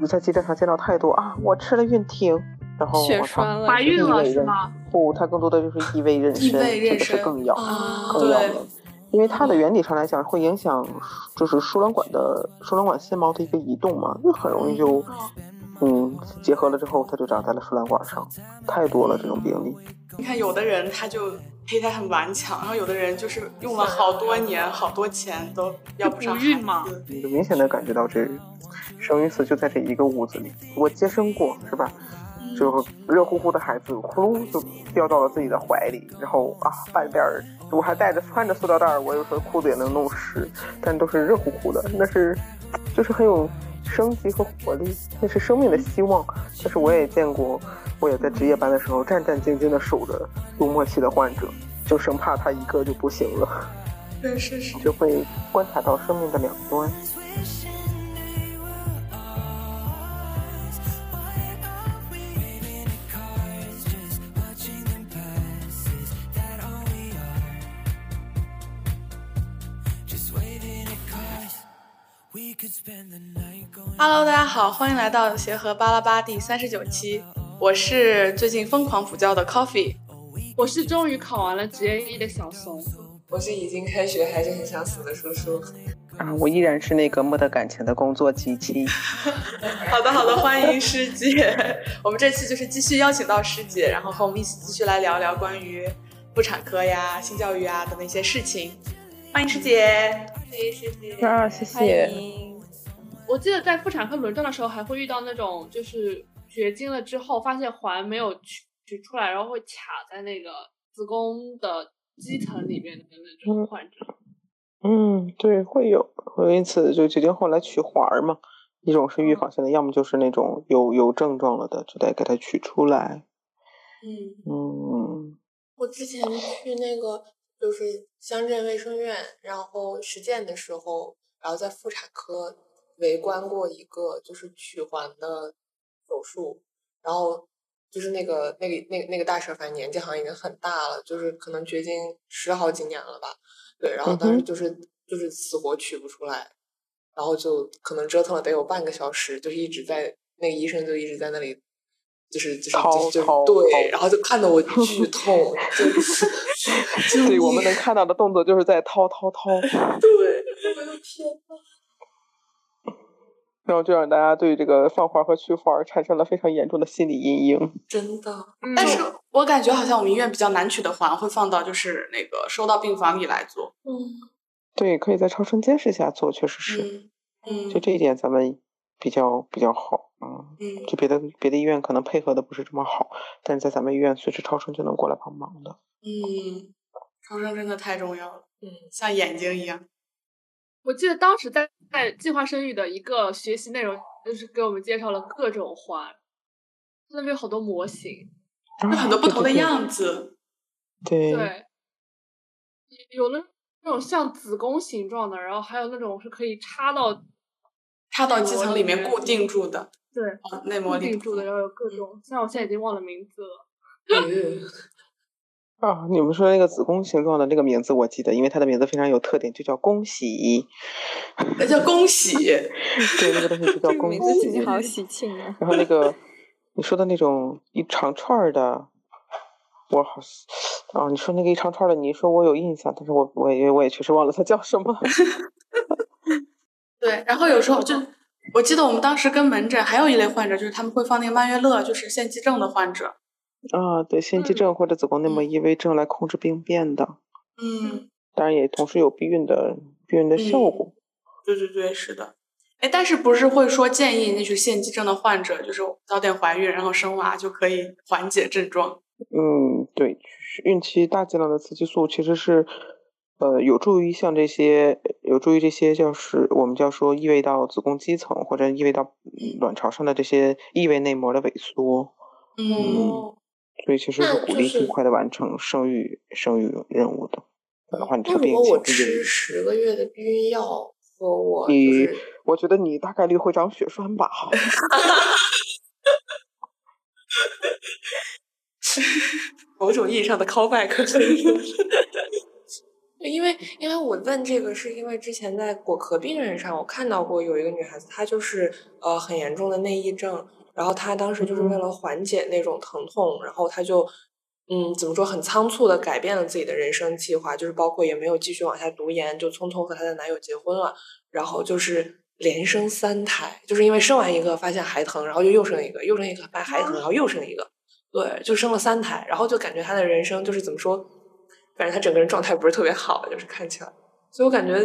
你在鸡蛋上见到太多啊，我吃了孕挺，然后血哦我操栓了怀孕了是？意味妊吗？不，它更多的就是异位妊异娠，位这妊个是娠更要，啊，更要对的，因为它的原理上来讲会影响，就是输卵管的输卵管纤毛的一个移动嘛，那很容易就，嗯，结合了之后它就长在了输卵管上，太多了这种病例。你看，有的人他就胚胎很顽强，然后有的人就是用了好多年、好多钱都要不上不孕孩嘛子。你就明显的感觉到这生与死就在这一个屋子里。我接生过，是吧？就热乎乎的孩子，呼噜就掉到了自己的怀里，然后啊，半边儿我还带着穿着塑料袋儿，我有时候裤子也能弄湿，但都是热乎乎的，那是就是很有生机和活力，那是生命的希望。但是我也见过，我也在值夜班的时候战战兢兢的守着幽默期的患者，就生怕他一个就不行了。 对，是是。就会观察到生命的两端。 Hello，大家好，欢迎来到协和巴拉巴第三十九期，我是最近疯狂补觉的 Coffee。我是终于考完了职业医的小怂，我是已经开学还是很想死的叔叔。啊，我依然是那个没得感情的工作 机器。好的，好的，欢迎师姐。 我们这期就是继续邀请到师姐，然后和我们一起继续来聊聊关于妇产科呀、性教育啊等的一些事情。欢迎师姐。啊，谢欢。迎我记得在妇产科轮转的时候，还会遇到那种就是绝经了之后发现环没有取取出来，然后会卡在那个子宫的肌层里面的那种患者。嗯，对，会有，我因此就决定后来取环儿嘛，一种是嗯预防性的，要么就是那种有有症状了的，就得给它取出来。嗯，嗯，我之前去那个就是乡镇卫生院，然后实践的时候，然后在妇产科围观过一个就是取环的手术，然后就是那个那个那个那个大婶，反正年纪好像已经很大了，就是可能绝经十好几年了吧，对，然后嗯当时哼就是、就是死活取不出来，然后就可能折腾了得有半个小时，就是一直在那个医生就一直在那里。就是就是掏就是就是掏掏对，然后就看得 我剧痛，就就对，我们能看到的动作就是在掏掏掏， 对，我的天呐，然后就让大家对这个放环儿和取环儿产生了非常严重的心理阴影。真的， 嗯但是我感觉好像我们医院比较难取的环会放到就是那个收到病房里来做。嗯对，可以在超声监视下做，确实是，嗯就嗯这一点咱们比较比较好。嗯，嗯，就别的别的医院可能配合的不是这么好，但是在咱们医院随时超声就能过来帮忙的。嗯，超声真的太重要了，嗯，像眼睛 一样。我记得当时在在计划生育的一个学习内容，就是给我们介绍了各种环，那边有好多模型，有有很多不同的样子。对，嗯对，有了那种像子宫形状的，然后还有那种是可以插到插到基层里面固定住的，对啊，内固膜里定住的，然后有各种，虽然我现在已经忘了名字了， 啊，你们说那个子宫形状的那个名字我记得，因为它的名字非常有特点，就叫恭喜。那叫恭喜。对，那个东西就叫这个恭喜名。字听起好喜庆 啊！然后那个你说的那种一长串儿的，我好像啊，你说那个一长串儿的，你一说我有印象，但是我我也我也确实忘了它叫什么。对，然后有时候就，我记得我们当时跟门诊还有一类患者，就是他们会放那个曼月乐，就是腺肌症的患者。啊，对，腺嗯肌症或者子宫内膜异位症来控制病变的，嗯，当然也同时有避孕的避孕的效嗯果。对对对，是的。哎，但是不是会说建议那些腺肌症的患者，就是早点怀孕，然后生娃就可以缓解症状？嗯，对，是孕期大剂量的雌激素其实是，呃，有助于像这些，有助于这些就是我们叫说异位到子宫肌层或者异位到嗯卵巢上的这些异位内膜的萎缩，嗯，嗯，所以其实哦那是鼓就励尽是快的完成生育生育任务的。不然的话，你这那个如病果我情是有吃十个月的避孕药和我就你是，我觉得你大概率会长血栓吧。某种意义上的 callback。 对因为因为我问这个，是因为之前在果壳病人上，我看到过有一个女孩子，她就是呃很严重的内抑症，然后她当时就是为了缓解那种疼痛，然后她就嗯怎么说很仓促的改变了自己的人生计划，就是包括也没有继续往下读研，就匆匆和她的男友结婚了，然后就是。连生三胎，就是因为生完一个发现还疼，然后就又生一个，又生一个发现还疼，然后又生一个，对，就生了三胎，然后就感觉他的人生就是怎么说，反正他整个人状态不是特别好，就是看起来，所以我感觉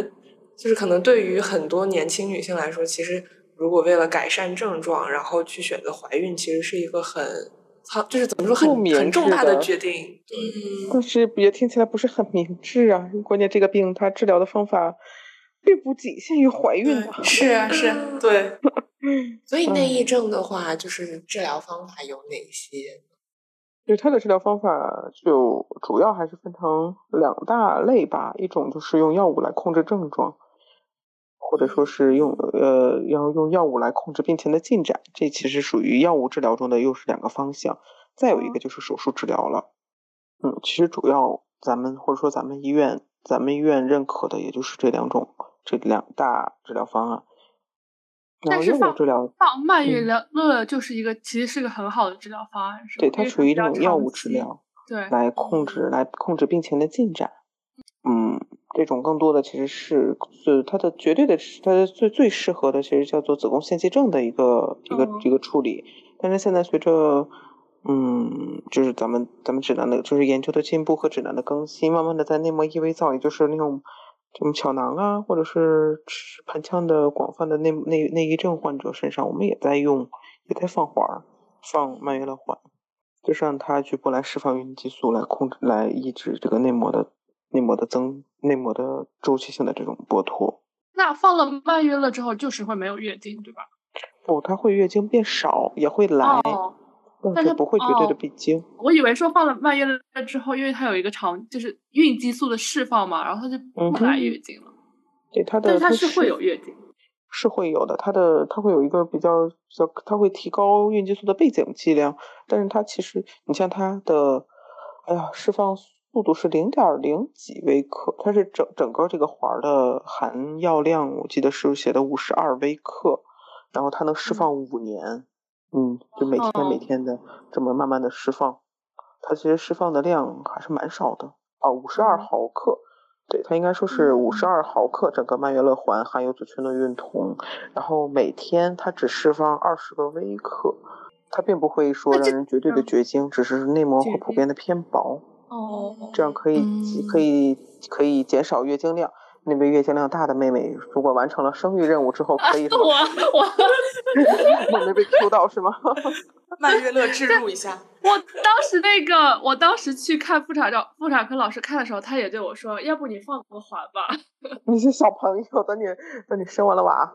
就是可能对于很多年轻女性来说，其实如果为了改善症状，然后去选择怀孕，其实是一个很操，就是怎么说不很明很重智大的的决定，但是也听起来不是很明智啊。关键这个病它治疗的方法并不仅限于怀孕吧？是啊 是啊，对，所以内抑症的话，就是治疗方法有哪些？对它的治疗方法就主要还是分成两大类吧，一种就是用药物来控制症状，或者说是用呃要用药物来控制病情的进展，这其实属于药物治疗中的又是两个方向。再有一哦个就是手术治疗了，嗯，其实主要咱们或者说咱们医院咱们医院认可的也就是这两种这两大治疗方案。然但后是药物放治疗放慢嗯语疗乐就是一个其实是个很好的治疗方案，是吧？对它因为属于比那较种药长物治期，疗，对，来控制来控制病情的进展。嗯，这种更多的其实是是它的绝对的，它的最最适合的其实叫做子宫腺肌症的一个一个、嗯一个处理。但是现在随着嗯，就是咱们咱们指南的，就是研究的进步和指南的更新，慢慢的在内膜异位灶，也就是那种这种小囊啊，或者是吃盆腔的广泛的内内内抑症患者身上，我们也在用，也在放环儿，放曼月乐环。就是让它局部来释放孕激素，来控制、来抑制这个内膜的内膜的增、内膜的周期性的这种剥脱。那放了慢月乐之后，就是会没有月经，对吧？不，哦它会月经变少，也会来，哦，但但是是不会绝对的哦闭经。我以为说放了慢月乐之后，因为它有一个长就是孕激素的释放嘛，然后它就嗯不哼来月经了。对它但的，是它它是会有月经。是会有的，它的它会有一个比较比较，它会提高孕激素的背景剂量，但是它其实你像它的，哎呀，释放速度是零点零几微克，它是整整个这个环儿的含药量，我记得是写的五十二微克，然后它能释放五年，嗯，就每天每哦天的这么慢慢的释放，它其实释放的量还是蛮少的啊，五十二毫克。对，它应该说嗯是五十二毫克整个曼月乐环含有左旋的孕酮，然后每天它只释放二十个微克，它并不会说那让这人绝对的嗯绝经，只是内膜绝会普经遍的偏薄，哦，嗯这样可以及可以可以减少月经量。那位月经量大的妹妹，如果完成了生育任务之后， 可以什我么？我我没被 Q 到是吗？ 慢乐乐置入一 下，我当时那个，我当时去看妇产照，妇产科老师看的时候，他也对我说：“要不你放个环吧。你是小朋友，等你等你生完了 娃，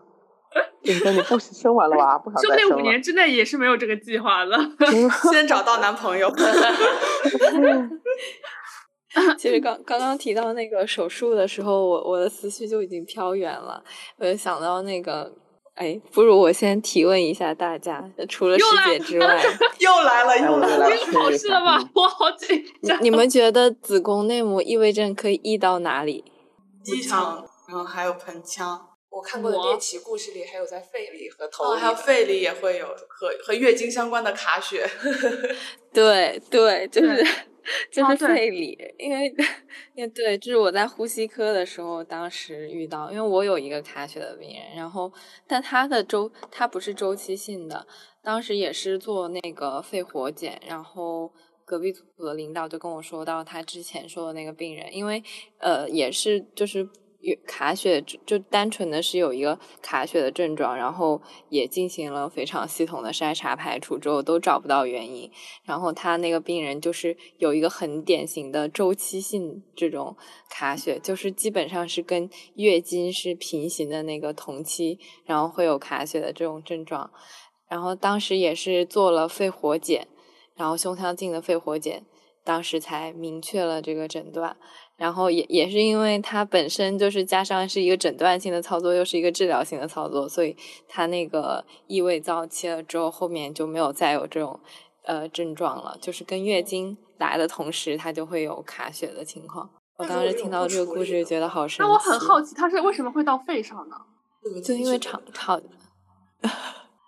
对等你不生完了娃，不想说不再定生五了。年之内也是没有这个计划的。先找到男朋友。 其实刚刚刚提到那个手术的时候，我我的思绪就已经飘远了，我就想到那个，哎，不如我先提问一下大家，除了师又来姐之外，又来了，哎又我又来了。 来了你考试了吧？嗯我好紧你张。你们觉得子宫内膜异位症可以异到哪里？ 机场，然后嗯还有盆腔，我看过的我猎奇故事里，还有在肺里和头哦，里还有的肺里也会有和和月经相关的卡血。对对，就是对就啊是对肺里，因为因为对，就是我在呼吸科的时候，当时遇到，因为我有一个卡血的病人，然后但他的周他不是周期性的，当时也是做那个肺活检，然后。隔壁组的领导就跟我说到他之前说的那个病人，因为呃也是就是有卡血就就单纯的是有一个卡血的症状，然后也进行了非常系统的筛查排除之后都找不到原因，然后他那个病人就是有一个很典型的周期性这种卡血，就是基本上是跟月经是平行的那个同期，然后会有卡血的这种症状。然后当时也是做了肺活检，然后胸腔镜的肺活检，当时才明确了这个诊断。然后也也是因为它本身就是加上是一个诊断性的操作，又是一个治疗性的操作，所以它那个异位灶切了之后，后面就没有再有这种哦呃症状了，就是跟月经来的同时，它就会有卡血的情况。我当时听到这个故事，觉得好神奇。那我很好奇，它是为什么会到肺上呢？就因为常常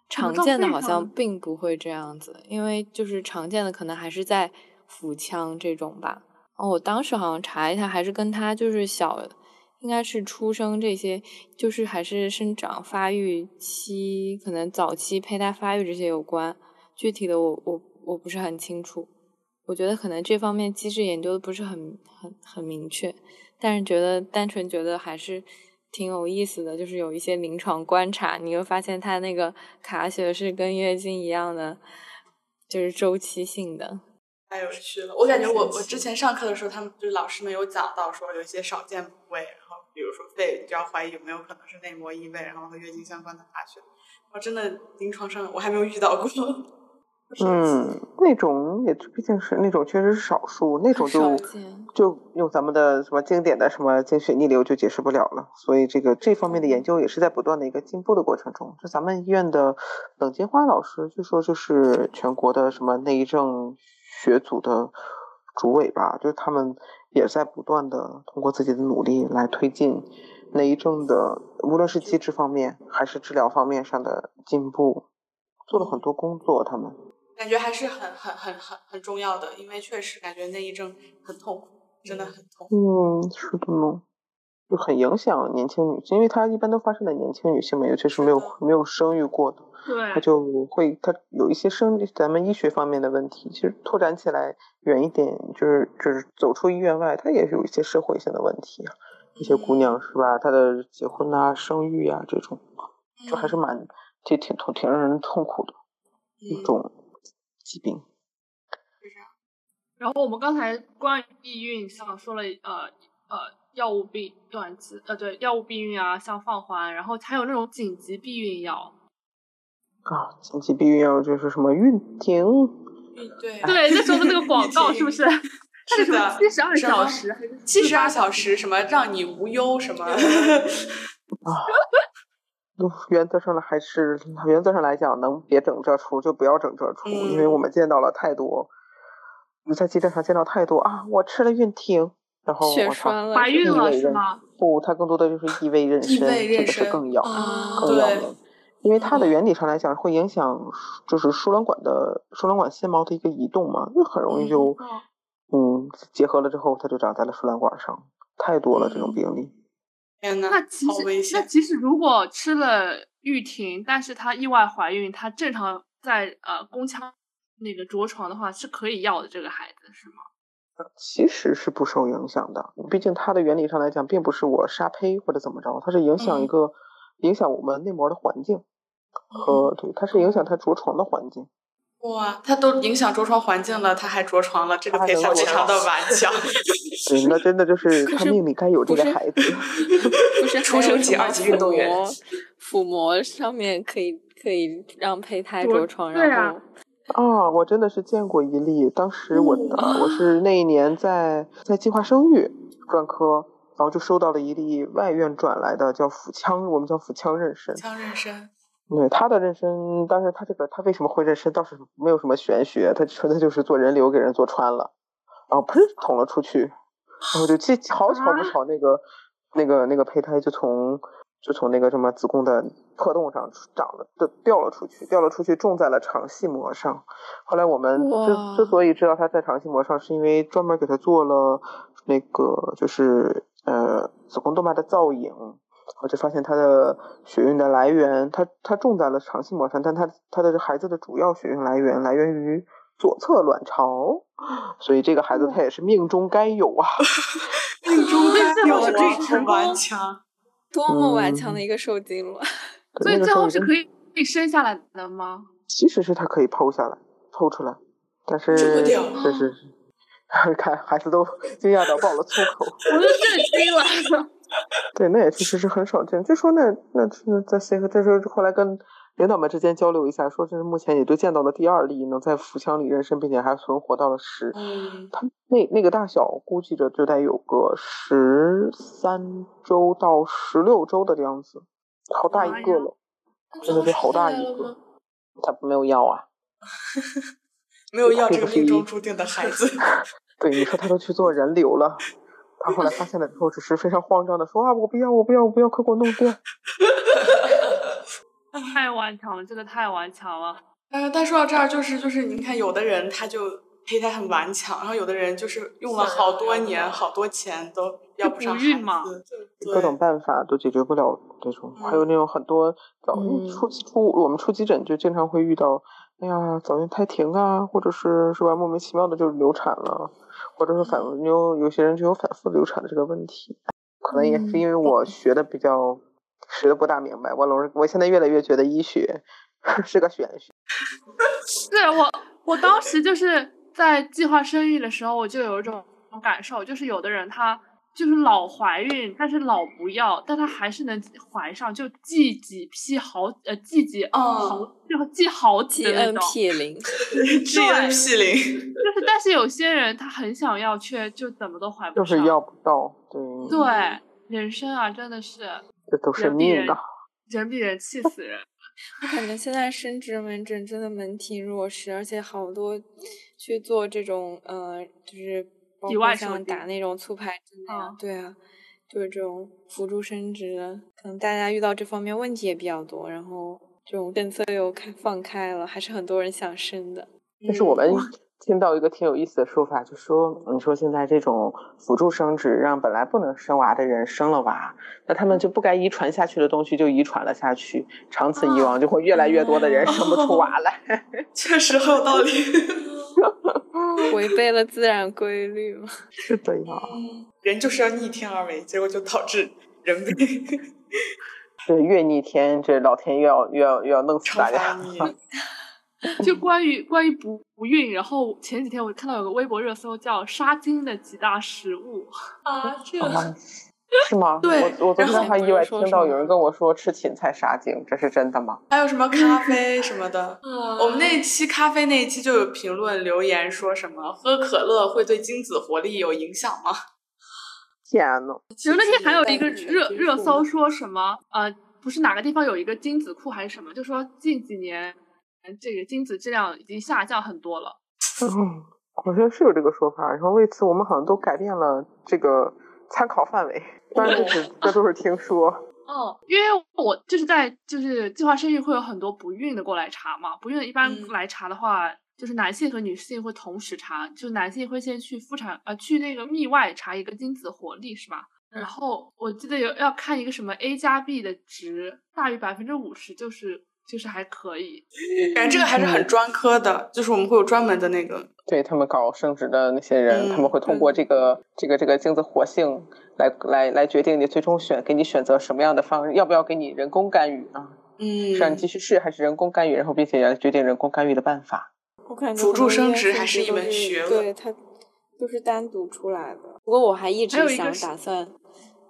常见的好像并不会这样子，因为就是常见的可能还是在腹腔这种吧。哦，我当时好像查一下，还是跟他就是小，应该是出生这些，就是还是生长发育期，可能早期胚胎发育这些有关。具体的我我我不是很清楚，我觉得可能这方面机制研究的不是很很很明确，但是觉得单纯觉得还是挺有意思的，就是有一些临床观察，你会发现它那个卡血是跟月经一样的，就是周期性的。太有趣了！我感觉我我之前上课的时候，他们就是老师们有讲到说有一些少见部位，然后比如说肺，你就要怀疑有没有可能是内膜异位，然后和月经相关的大血。我真的临床上我还没有遇到过。 嗯，那种也毕竟是那种确实是少数，那种就少见就用咱们的什么经典的什么经血逆流就解释不了了。所以这个这方面的研究也是在不断的一个进步的过程中。就咱们医院的冷金花老师据说就是全国的什么内政学组的主委吧，就是他们也在不断的通过自己的努力来推进内政的，无论是机制方面还是治疗方面上的进步，做了很多工作，他们。感觉还是很很很很很重要的，因为确实感觉那一阵很痛苦，真的很痛苦。嗯，是的呢，就很影响年轻女性，因为它一般都发生在年轻女性嘛，尤其是没有没有生育过的，它对，就会它有一些生理咱们医学方面的问题。其实拓展起来远一点，就是就是走出医院外，它也是有一些社会性的问题啊。一些姑娘是吧，她的结婚啊、生育啊这种，就还是蛮这挺挺挺让人痛苦的嗯一种疾病。然后我们刚才关于避孕像说了呃呃药物避短期呃对药物避孕啊，像放环，然后还有那种紧急避孕药，啊，紧急避孕药就是什么孕停嗯，对对，那时候的那个广告是不是？它是什么的，七十二什么小时还是七十二小时什么让你无 忧什么，都原则上来还是原则上来讲，能别整这出就不要整这出，因为嗯我们见到了太多，我在机站上见到太多啊！我吃了孕停，然后血哦我操，栓了，怀孕异了位是妊吗？不，它更多的就是异位妊异娠，位这妊个是娠更要啊更要对命，因为它的原理上来讲会影响就是输卵管的输卵管纤毛的一个移动嘛，那很容易就嗯结合了之后，它就长在了输卵管上，太多了这种病例。天呐，那其好危实那险！其实如果吃了玉婷，但是她意外怀孕，她正常在呃宫腔那个着床的话是可以要的这个孩子是吗？其实是不受影响的，毕竟它的原理上来讲，并不是我杀胚或者怎么着，它是影响一嗯个、影响我们内膜的环境和、对，它是影响它着床的环境。哇，他都影响着床环境了，他还着床了，这个他还可以能开着长的玩笑。对，那真的就是可他是命里该有这不个是孩子。不是还出有生级什么二级运动员腹膜，腹膜上面可以可以让胚胎着着床，对啊然后啊，我真的是见过一例，当时我的、我是那一年在在计划生育专科，然后就收到了一例外院转来的叫腹腔，我们叫腹腔妊娠。强妊 娠，对他的妊娠，当然他这个他为什么会妊娠倒是没有什么玄学，他纯粹就是做人流给人做穿了，然后砰捅了出去，然后就这好巧不巧那个那个那个胚胎就从就从那个什么子宫的破洞上出长了，就掉了出去，掉了出去种在了肠系膜上。后来我们哇之之所以知道他在肠系膜上，是因为专门给他做了那个就是呃子宫动脉的造影。我就发现它的血运的来源，它它种在了肠系膜上，但它它的孩子的主要血运来源来源于左侧卵巢，所以这个哦孩子他也是命中该有 啊。命中所以该最有后是可以啊，好成顽功强。多么顽强的一个受精卵！所以那个最时候后已是经可以可以生下来的吗？其实是他可以剖下来，剖出来，但是这么屌是是哦是， 看孩子都惊讶到爆了粗口。 我都震惊了。对，那也确实是很少见。据说那那是在 C 和这时候后来跟领导们之间交流一下，说这是目前也就见到的第二例能在腹腔里妊娠，并且还存活到了十。嗯，它那那个大小估计着就得有个十三周到十六周的样子，好大一个了，真的是好大一个。 他没有要啊，没有要这这个个是命中一 注定的孩子。对，你说他都去做人流了，他后来发现了之后，只是非常慌张的说啊，我不要，我不要，我不要，快给我弄掉。 太顽强了，这个太顽强了。呃，但说到这儿，就是就是，您看，有的人他就胚胎很顽强，然后有的人就是用了好多年、好多钱都要不上就孩不孕嘛子，各种办法都解决不了这种，嗯还有那种很多早嗯出出我们出急诊就经常会遇到，哎呀早孕胎停啊，或者是是吧莫名其妙的就流产了，或者是反复有有些人就有反复流产的这个问题，可能也是因为我学的比较学的不大明白，我老是我现在越来越觉得医学 是个玄学，是我，我当时就是在计划生育的时候，我就有一种感受，就是有的人她就是老怀孕，但是老不要，但她还是能怀上，就 G 几 P 好呃 G 几好就 G 好几的那种。 GNP 零，对，GNP 零， 就是但是有些人她很想要，却就怎么都怀不就上。是要不到，对，啊对人生啊，真的是这都是人比命人啊。人比人气死人。我感觉现在生殖门诊真的门庭若市，而且好多去做这种呃，就是包体括外受像精打那种促排针的呀嗯，对啊，就是这种辅助生殖的，可能大家遇到这方面问题也比较多，然后这种政策又开放开了，还是很多人想生的。但是我们听到一个挺有意思的说法，就说你说现在这种辅助生殖让本来不能生娃的人生了娃，那他们就不该遗传下去的东西就遗传了下去，长此以往就会越来越多的人生不出娃来。确实很有道理。 哦违背了自然规律嘛。是的呀， 人就是要逆天而为，结果就导致人被 这越逆天，这老天越要越要越要弄死大惩罚家。你。就关于关于不不孕，然后前几天我看到有个微博热搜叫“杀精的几大食物啊，这啊是吗？对我我昨然后天还意外说听到什么有人跟我说吃芹菜杀精，这是真的吗？还有什么咖啡什么的，啊，我们那一期咖啡那一期就有评论留言说什么喝可乐会对精子活力有影响吗？天呐，”。其实那天还有一个其实热蛋热搜说什么呃，不是哪个地方有一个精子库还是什么，就说近几年呃这个精子质量已经下降很多了。嗯，好像是有这个说法。然后为此，我们好像都改变了这个参考范围，当然这是这都是听说。哦，因为我就是在就是计划生育会有很多不孕的过来查嘛，不孕的一般嗯来查的话，就是男性和女性会同时查，就男性会先去妇产呃去那个密外查一个精子活力是吧？然后我记得有要看一个什么 A 加 B 的值大于百分之五十，就是就是还可以。感觉这个还是很嗯专科的，就是我们会有专门的那个，对他们搞生殖的那些人，嗯他们会通过这个这个这个精子活性来来来决定你最终选给你选择什么样的方，要不要给你人工干预啊？嗯，是让你继续试还是人工干预？然后并且来决定人工干预的办法。我感觉辅助很多生医殖院还是甚至一门都学问对它就是单独出来的。不过我还一还直有一个想是打算，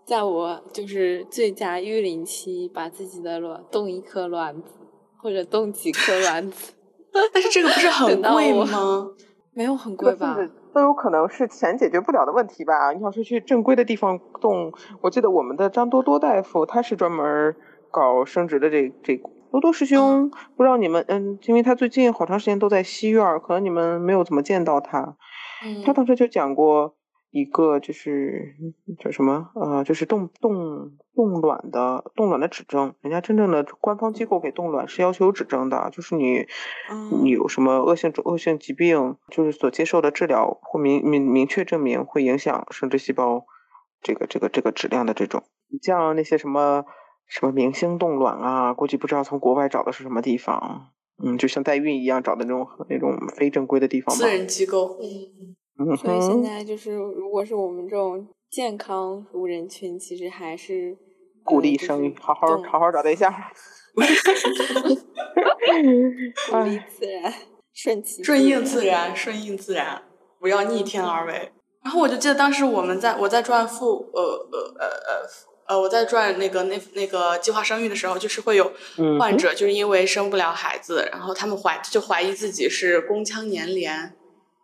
在我就是最佳育龄期，把自己的卵冻一颗卵子，或者冻几颗卵子，但是这个不是很等到贵我吗？没有很这贵个甚吧？至都有可能是钱解决不了的问题吧？你要是去正规的地方动，我记得我们的张多多大夫他是专门搞生殖的这这股。多多师兄，不知道你们，嗯，因为他最近好长时间都在西院儿，可能你们没有怎么见到他。他当时就讲过一个，就是叫什么，呃，就是冻冻冻卵的冻卵的指征，人家真正的官方机构给冻卵是要求有指征的，就是你嗯你嗯有什么恶性肿恶性疾病，就是所接受的治疗或明明明确证明会影响生殖细胞这个这个这个质量的这种，你像那些什么什么明星冻卵啊，估计不知道从国外找的是什么地方。嗯，就像代孕一样找的那种那种非正规的地方吧私。人机构，嗯所以现哼在就是，如果是我们这种健康无人群，其实还是鼓呃励就是生育，好好动好好找对 象。 鼓哎励自然，顺其顺自应自然，顺应自然，不要逆天而为。然后我就记得当时我们在我在转妇呃呃呃呃呃我在转那个那那个计划生育的时候，就是会有嗯患者就是因为生不了孩子，然后他们怀就怀疑自己是宫腔粘连，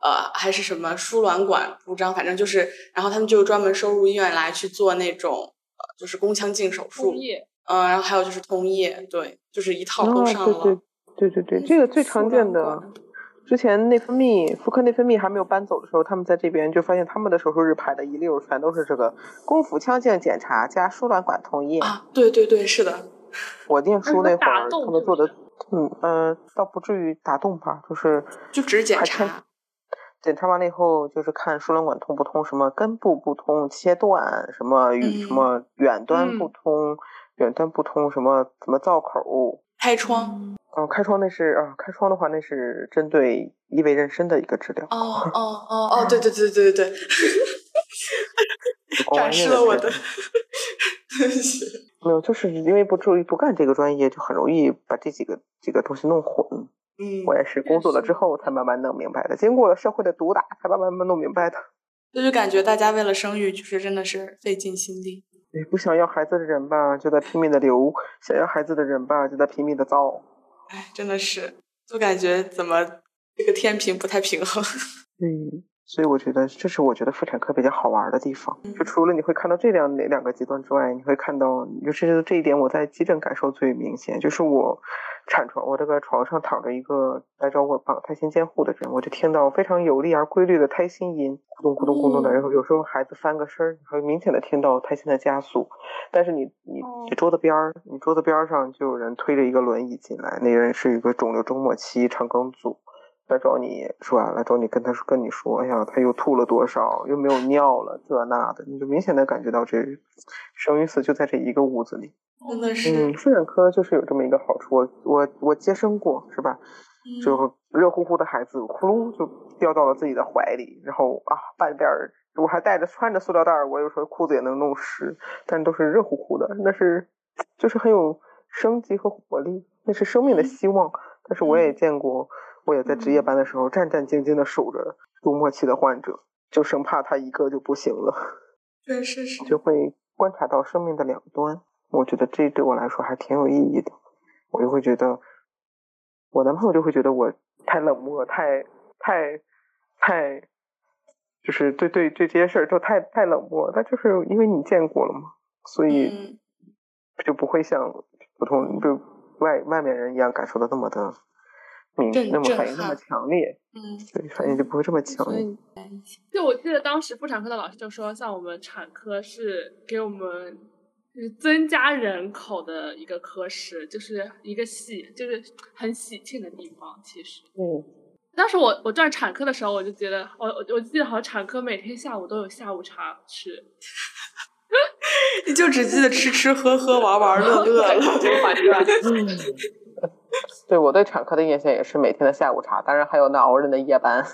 呃还是什么输卵管不张，反正就是，然后他们就专门收入医院来去做那种呃就是宫腔镜手术工，业嗯、然后还哦有就是通液，对，就是一套啊，都上了。嗯对对对对对，这个最输常见卵的管，之前内分泌妇科内分泌还没有搬走的时候，他们在这边就发现他们的手术日排的一溜儿全都是这个宫腹腔镜检查加输卵管统一。啊，对对对，是的，我念书那会打儿，洞他们是做不的，嗯嗯、呃倒不至于打洞吧，就是就只是检还看查。检查完了以后，就是看输卵管通不通，什么根部不通、切断，什么与、什嗯么远端不嗯通、远端不通，什么什么造口。开窗，嗯、开窗那是啊、开窗的话那是针对异位妊娠的一个治 疗。哦哦哦嗯哦，对对对对对对，光展玩那示个了我治的疗对 不起没有，就是因为不注意不干这个专业，就很容易把这几个几个东西弄混。嗯，我也是工作了之后才慢慢弄明白的，经过了社会的毒打，才慢慢慢慢弄明白 的。这就感觉大家为了生育，就是真的是费尽心力。对哎不想要孩子的人吧，就在拼命的留；想要孩子的人吧，就在拼命的造。哎，真的是，就感觉怎么这个天平不太平衡。嗯，所以我觉得这是我觉得妇产科比较好玩的地方，就除了你会看到这两两个极端之外，你会看到，就是这一点我在急诊感受最明显，就是我产床，我这个床上躺着一个来找我绑胎心监护的人，我就听到非常有力而规律的胎心音，咕咚咕咚咕咚的，然后有时候孩子翻个身儿，你会明显的听到胎心的加速，但是你你你桌子边儿，你桌子边儿上就有人推着一个轮椅进来，那人是一个肿瘤周末期肠梗阻。来找你是吧？来找你跟他说，跟你说，哎呀，他又吐了多少，又没有尿了，这那的，你就明显的感觉到这生与死就在这一个屋子里。真的是，嗯，妇产科就是有这么一个好处，我我我接生过是吧？嗯就热乎乎的孩子呼噜就掉到了自己的怀里，然后啊，半边儿我还带着穿着塑料袋儿，我有时候裤子也能弄湿，但都是热乎乎的，那是就是很有生机和活力，那是生命的希望。但是我也见过，我也在值夜班的时候战战兢兢的守着入末期的患者，就生怕他一个就不行了。对，是是，就会观察到生命的两端。我觉得这对我来说还挺有意义的。我就会觉得，我男朋友就会觉得我太冷漠，太太太，就是对对对这些事儿都太太冷漠。但就是因为你见过了嘛，所以嗯，就不会像普通就外外面人一样感受到那么的明，震那么震反应那么撼强烈。嗯，对，反应就不会这么强所烈。以就我记得当时妇产科的老师就说，像我们产科是给我们就是增加人口的一个科室，就是一个喜，就是很喜庆的地方。其实嗯，当时我我转产科的时候，我就觉得，我我我记得好像产科每天下午都有下午茶吃，你就只记得吃吃喝喝、玩玩乐乐了。 这个环境，嗯对我对产科的印象也是每天的下午茶，当然还有那熬人的夜班。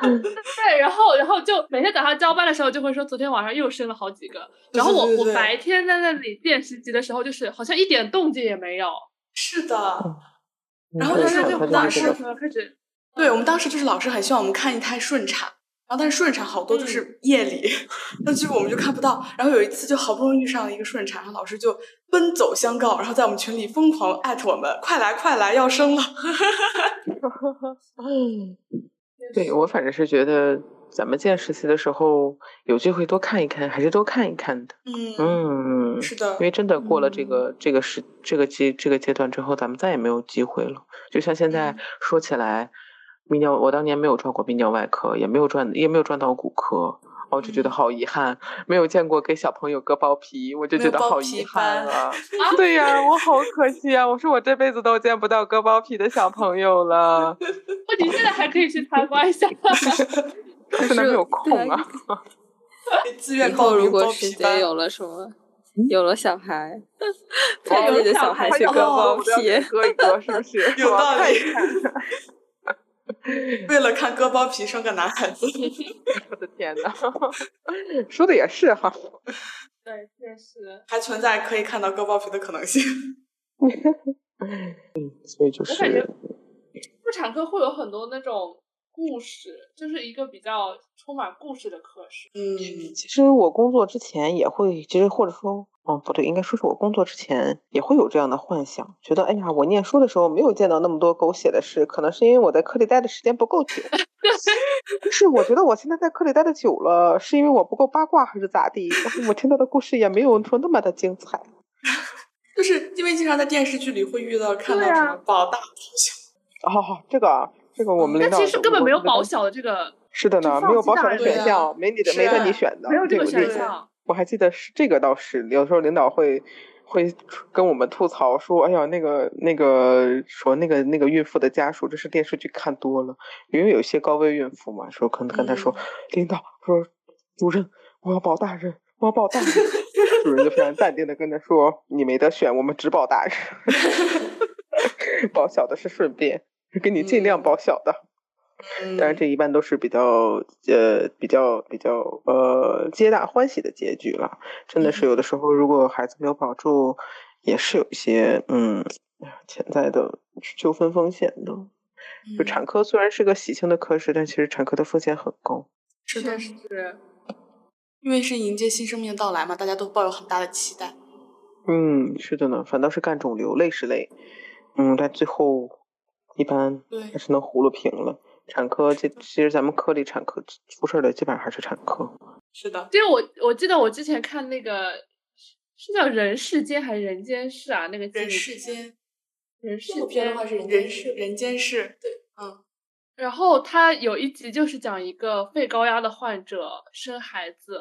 对，然后然后就每天早上交班的时候就会说，昨天晚上又生了好几个。然后我对对对我白天在那里见实习的时候，就是好像一点动静也没有，是的，然后对就是产就科哪的是这个怎么开始？对我们当时就是老师很希望我们看一胎顺产，然后但是顺产好多就是夜里，那就是我们就看不到。然后有一次就好不容易遇上了一个顺产，然后老师就奔走相告，然后在我们群里疯狂艾特我们，快来快来，要生了。对我反正是觉得，咱们见实习的时候有机会多看一看，还是多看一看的。嗯，嗯，是的因，为真的过了这个、这个时这个阶这个阶段之后，咱们再也没有机会了。就像现在嗯说起来，泌尿我当年没有转过泌尿外科，也没有转也没有转到骨科。我就觉得嗯好遗憾，没有见过给小朋友割包皮，我就没觉有得包好皮遗憾班 啊！对呀、我好可惜啊！我说我这辈子都见不到割包皮的小朋友 了，不，你现在还可以去参观一下。但是呢没有空啊。自以愿报后如名果包师皮姐班。有了什么，有了小孩，对带有自己的小小孩孩去哦割包我 要皮，割一割，是不是？ 有我要道看理一看为了看割包皮生个男孩子，我的天哪， 说的也是哈。 对，确实。还存在可以看到割包皮的可能性。所以就我感觉是，妇产科会有很多那种故事，就是一个比较充满故事的科室。嗯，其实我工作之前也会，其实或者说，嗯，不对，应该说是我工作之前也会有这样的幻想，觉得哎呀，我念书的时候没有见到那么多狗血的事，可能是因为我在科里待的时间不够 久。但是我觉得我现在在科里待的久了，是因为我不够八卦还是咋地？但是我听到的故事也没有说那么的精彩。就是因为经常在电视剧里会遇到看到对啊什么保大保小，哦，这个啊，这个我们领但导嗯其实根本没有保保小的这个，是的就呢，放没有弃保险大的人选啊项，没你的，是没得啊你选的，没有这个我记选得项。我还记得是这个倒是，有时候领导会会跟我们吐槽说：“哎呀，那个那个说那个那个孕妇的家属，这是电视剧看多了，因为有些高危孕妇嘛，说可能跟他说，领导说主任，我要保大人，我要保大人。”主任就非常淡定的跟他说：“你没得选，我们只保大人， 保小的是顺便，给你尽量保小的。嗯当然，这一般都是比较呃比较比较呃皆大欢喜的结局了。真的是有的时候，如果孩子没有保住，也是有一些嗯潜在的纠纷风险的。就嗯产科虽然是个喜庆的科室，但其实产科的风险很高。是的，是是，因为是迎接新生命的到来嘛，大家都抱有很大的期待。嗯，是的呢，反倒是干肿瘤类是类，嗯，但最后一般对还是能葫芦平了。产科这其实咱们科里产科出事儿的基本上还是产科。是的，因为我我记得我之前看那个是叫《人世间》还是《人间世》啊？那个纪录人世片间，人世纪录片间的话是人人间世世，人间世，对，嗯，然后他有一集就是讲一个肺高压的患者生孩子，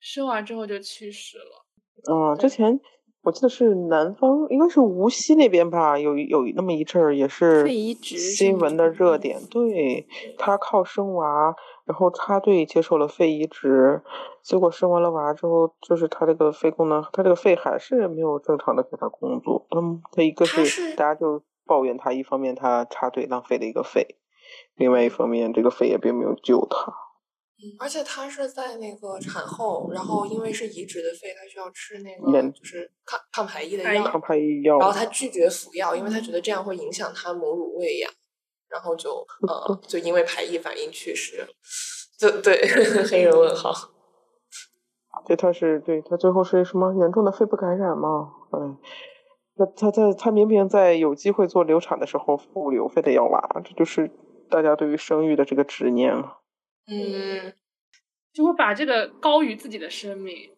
生完之后就去世了。啊，之前我记得是南方，应该是无锡那边吧，有一有那么一阵儿也是肺移植是新吗闻的热点。对，她靠生娃，然后插队接受了肺移植，结果生完了娃之后，就是她这个肺功能，她这个肺还是没有正常的给她工作。嗯，她一个她是是大家就抱怨她，一方面她插队浪费了一个肺，另外一方面这个肺也并没有救她。而且她是在那个产后，然后因为是移植的肺，她需要吃那个人就是抗抗排异的排异药，抗排异药然后她拒绝服药，因为她觉得这样会影响她母乳喂养，然后就呃就因为排异反应去世， 就对 黑人问号。对，他是对他最后是什么严重的肺部感染嘛？嗯，那他在他明明在有机会做流产的时候不流，非得要娃，这就是大家对于生育的这个执念了。嗯，就会把这个高于自己的生命，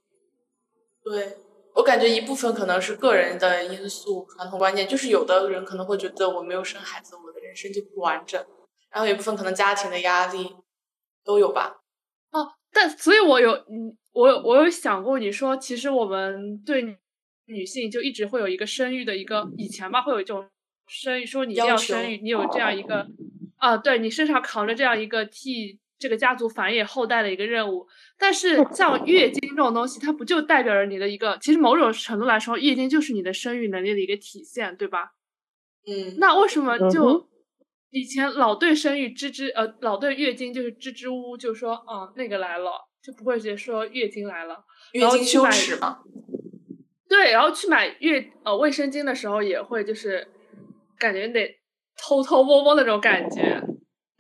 对。我感觉一部分可能是个人的因素、传统观念，就是有的人可能会觉得我没有生孩子，我的人生就不完整。然后有一部分可能家庭的压力都有吧。哦但所以我有嗯，我有我有想过，你说其实我们对女性就一直会有一个生育的一个以前吧，会有一种生育说你一定要要求哦生育，你有这样一个啊，对你身上扛着这样一个替这个家族繁衍后代的一个任务。但是像月经这种东西，它不就代表着你的一个，其实某种程度来说，月经就是你的生育能力的一个体现，对吧？嗯，那为什么嗯就以前老对生育支支呃老对月经就是支支吾吾，就说嗯那个来了，就不会直接说月经来了。月然后经去羞买耻嘛，对，然后去买月呃卫生巾的时候也会就是感觉得偷偷摸摸那种感觉。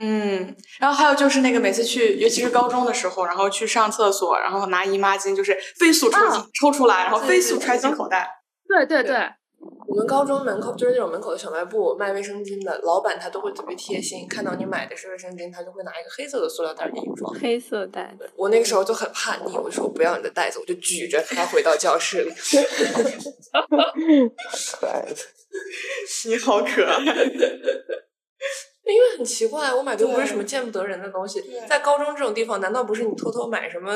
嗯，然后还有就是那个每次去，尤其是高中的时候，然后去上厕所，然后拿姨妈巾，就是飞速抽进、啊抽出来，然后对飞对速对揣进口袋。对对对对，我们高中门口就是那种门口的小卖部卖卫生巾的，老板他都会特别贴心，看到你买的是卫生巾，他就会拿一个黑色的塑料袋给你装。黑色带，对我那个时候就很叛逆，我说我不要你的袋子，我就举着它回到教室里。可 爱的，你好可爱，因为很奇怪，我买的又不是对什么见不得人的东西对，在高中这种地方，难道不是你偷偷买什么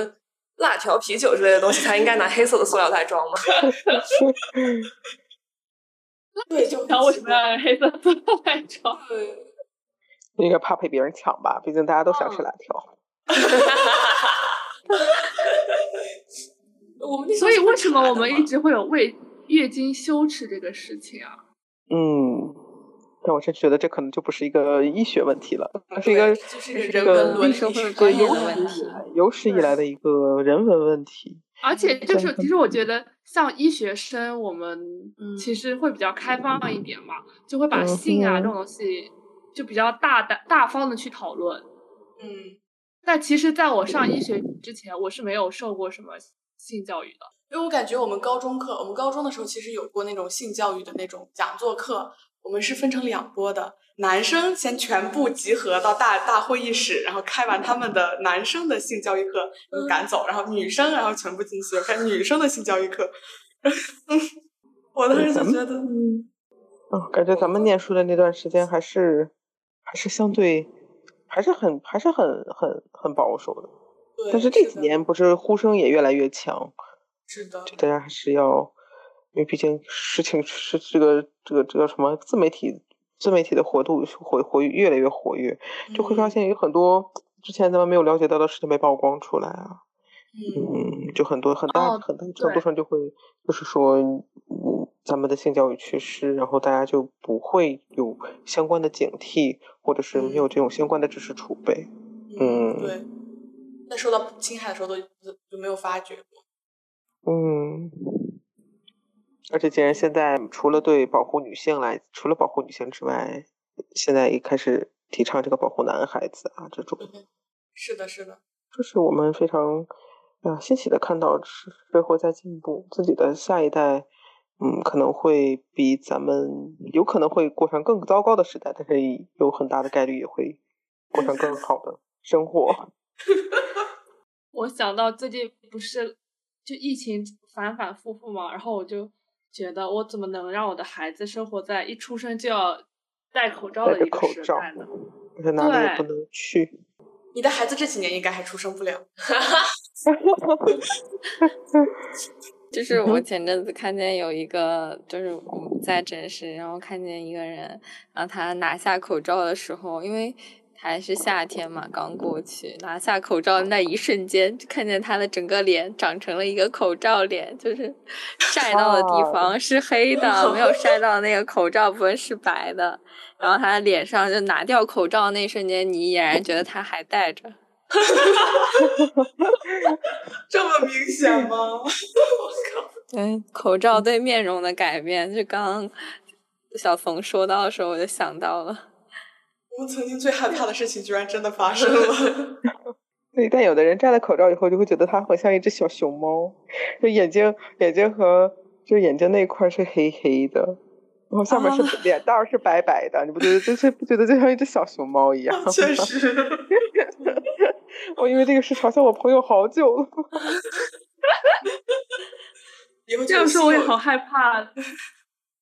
辣条、啤酒之类的东西，才应该拿黑色的塑料袋装吗？ 对，就然后为什么要用黑色 塑料袋装？对，那个怕被别人抢吧，毕竟大家都嗯想吃辣条。我们那时所候以是为什么查我的们嘛一直会有为月经羞耻这个事情啊？嗯，但我真觉得这可能就不是一个医学问题了，而是一个对就是一这是个一人个文伦嗯理社会是观对念有的问史以题。来有史以来的一个人文问题。而且就嗯对是，其实我觉得像医学生，我们嗯其实会比较开放一点嘛，就会把嗯性啊嗯这种东西就比较大胆大方的去讨论。嗯，但其实，在我上医学之前，我是没有受过什么性教育的。 因为我感觉我们高中课，我们高中的时候其实有过那种性教育的那种讲座课，我们是分成两波的，男生先全部集合到大大会议室，然后开完他们的男生的性教育课就赶走，嗯然后女生然后全部进去看女生的性教育课。 我当时就觉得，嗯嗯，感觉咱们念书的那段时间还是还是相对还是很还是很很很保守的。对但是这几的年不是呼声也越来越强，是的，就大家还是要，因为毕竟事情是这个这个这个什么自媒体自媒体的活动活活跃越来越活跃，就会发嗯现有很多之前咱们没有了解到的事情被曝光出来啊。嗯嗯，就很多很大、哦很大程度对上就会就是说，嗯，咱们的性教育缺失，然后大家就不会有相关的警惕，或者是没有这种相关的知识储备。嗯对。那受到侵害的时候都就没有发觉过，嗯，而且既然现在除了对保护女性来，除了保护女性之外，现在也开始提倡这个保护男孩子啊，这种是的，是的，这是我们非常啊欣喜的看到社社会在进步，自己的下一代，嗯，可能会比咱们有可能会过上更糟糕的时代，但是也有很大的概率也会过上更好的生活。我想到最近不是就疫情反反复复嘛，然后我就觉得我怎么能让我的孩子生活在一出生就要戴口罩戴的着一个口时罩嗯代呢？而且哪里也不对能去。 你的孩子这几年应该还出生不了，就是嗯我哼前阵子看见有一个，就是我在诊室，然后看见一个人，然后他拿下口罩的时候，因为还是夏天嘛，刚过去，拿下口罩那一瞬间，就看见他的整个脸长成了一个口罩脸，就是晒到的地哇方是黑的，没有晒到那个口罩部分是白的，然后他脸上就拿掉口罩那一瞬间，你俨然觉得他还戴着。这么明显吗？对，嗯口罩对面容的改变，就刚刚小冯说到的时候，我就想到了。我曾经最害怕的事情居然真的发生 了，对，但有的人摘了口罩以后，就会觉得他很像一只小熊猫，就眼睛眼睛和就眼睛那块儿是黑黑的，然后下面是啊脸蛋儿是白白的，你不觉得就是不觉得就像一只小熊猫一样？确实。我因为这个事嘲笑我朋友好久了。以后这样说我也就好害怕，啊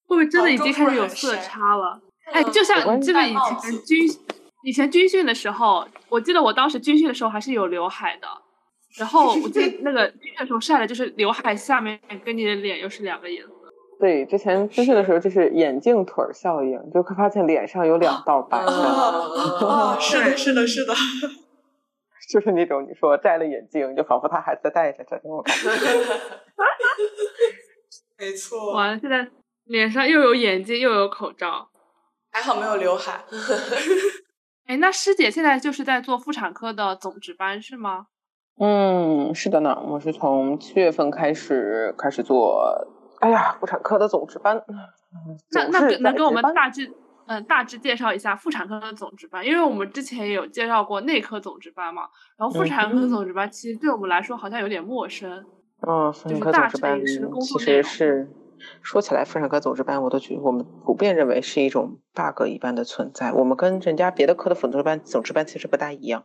会不 会真的已经开始有色差了？哎，就有关像你记得戴以帽子前军以前军训的时候，我记得我当时军训的时候还是有刘海的，然后我记得那 个军训的时候晒的就是刘海下面跟你的脸又是两个颜色。对，之前军训的时候就是眼镜腿儿效应，就会发现脸上有两道哦白的，啊，是的，是的，是的， 就是那种你说摘了眼镜，就仿佛他还在戴着这种感觉。没错，完了，现在脸上又有眼镜又有口罩。还好没有刘海。 哎，那师姐现在就是在做妇产科的总值班是吗？嗯，是的呢，我是从七月份开始开始做，哎呀，妇产科的总值班，嗯那总那是给能在给我值们班大致嗯大致介绍一下妇产科的总值班，因为我们之前也有介绍过内科总值班嘛，然后妇嗯产科总值班其实对我们来说好像有点陌生。嗯，妇产是科总大值致班饮食的工其作内实容是说起来，妇产科总值班我都觉得我们普遍认为是一种 bug 一般的存在。我们跟人家别的科的总值班总值班其实不大一样，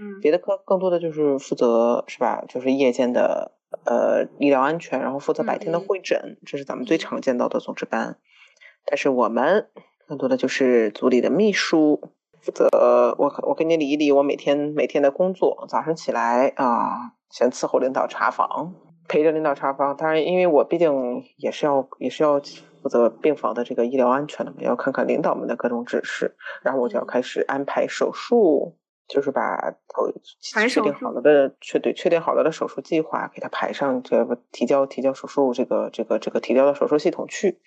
嗯别的科更多的就是负责是吧？就是夜间的呃医疗安全，然后负责白天的嗯嗯嗯会诊，这是咱们最常见到的总值班。但是我们更多的就是组里的秘书，呃，我我跟你理一理我每天每天的工作。早上起来啊，先伺候领导查房，陪着领导查房。当然，因为我毕竟也是要也是要负责病房的这个医疗安全的嘛，要看看领导们的各种指示，然后我嗯就要开始安排手术。就是把头排确定手好术了的确对确定好了的手术计划给他排上，这个提交提交手术这个这个这个提交到手术系统去。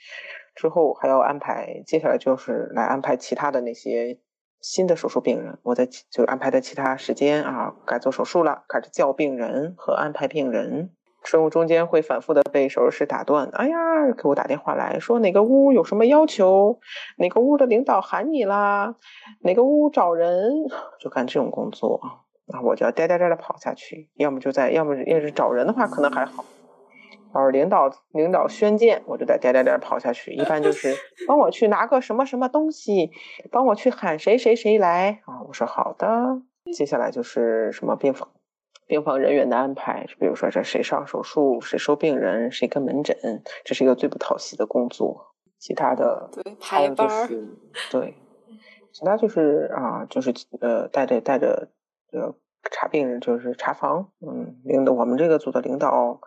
之后还要安排，接下来就是来安排其他的那些新的手术病人，我在其就安排在其他时间啊，该做手术了，开始叫病人和安排病人。生物中间会反复的被手术室打断，哎呀，给我打电话来说哪个屋有什么要求，哪个屋的领导喊你啦，哪个屋找人， 就干这种工作啊，那我就要呆呆呆的跑下去，要么就在，要么要是找人的话可能还好，要是领导领导宣见，我就得呆呆呆地跑下去，一般就是帮我去拿个什么什么东西，帮我去喊谁谁谁来啊，我说好的，接下来就是什么病房。病房人员的安排，比如说这谁上手术，谁收病人，谁跟门诊，这是一个最不讨喜的工作。其他的对，还排有就班儿，是对，其他就是啊、就是呃，带着带着呃查病人就是查房，嗯，领导我们这个组的领导，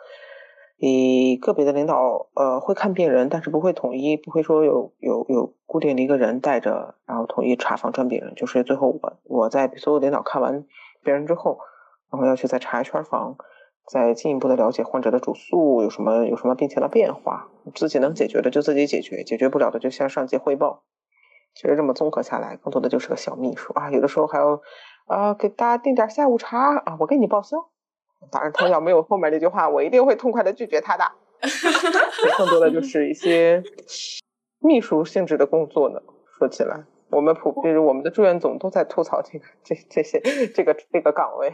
以个别的领导呃会看病人，但是不会统一，不会说有有有固定的一个人带着，然后统一查房转病人，就是最后我我在所有领导看完别人之后，然后要去再查一圈房。再进一步的了解患者的主诉有什么有什么病情的变化，自己能解决的就自己解决，解决不了的就向上级汇报。其实这么综合下来，更多的就是个小秘书啊。有的时候还要啊、给大家订点下午茶啊，我给你报销。当然，他要没有后面这句话，我一定会痛快的拒绝他的。更多的就是一些秘书性质的工作呢。说起来，我们普遍我们的志愿总都在吐槽这个这这些这个这个岗位。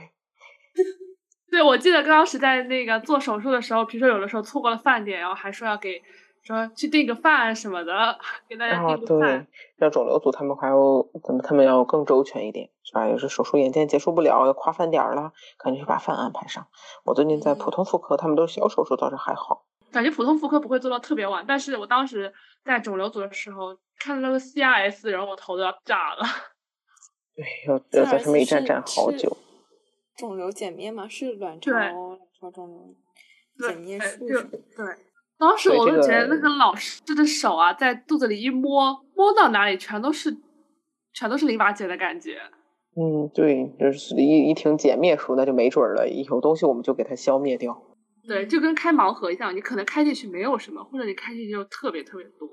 对，我记得当时在那个做手术的时候，比如说有的时候错过了饭点，然后还说要给说去订个饭什么的，给大家啊，订个对饭。，像肿瘤组他们还要怎么？他们要更周全一点，是吧？有时手术眼见结束不了，跨饭点儿了，赶紧去把饭安排上。我最近在嗯普通妇科，他们都是小手术，倒是还好。感觉普通妇科不会做到特别晚，但是我当时在肿瘤组的时候看那个 CRS，然后我头都要炸了。对，要要在上面一站站好。是久。肿瘤检验嘛，是卵巢对卵巢肿瘤对检验哎术就什么的当时对我这就觉得个那个老师的手啊，在肚子里一摸，摸到哪里全都是，全都是淋巴结的感觉。嗯，对，就是一一听解灭术，那就没准儿了。有东西我们就给它消灭掉。对，嗯就跟开盲盒一样，你可能开进去没有什么，或者你开进去就特别特别多，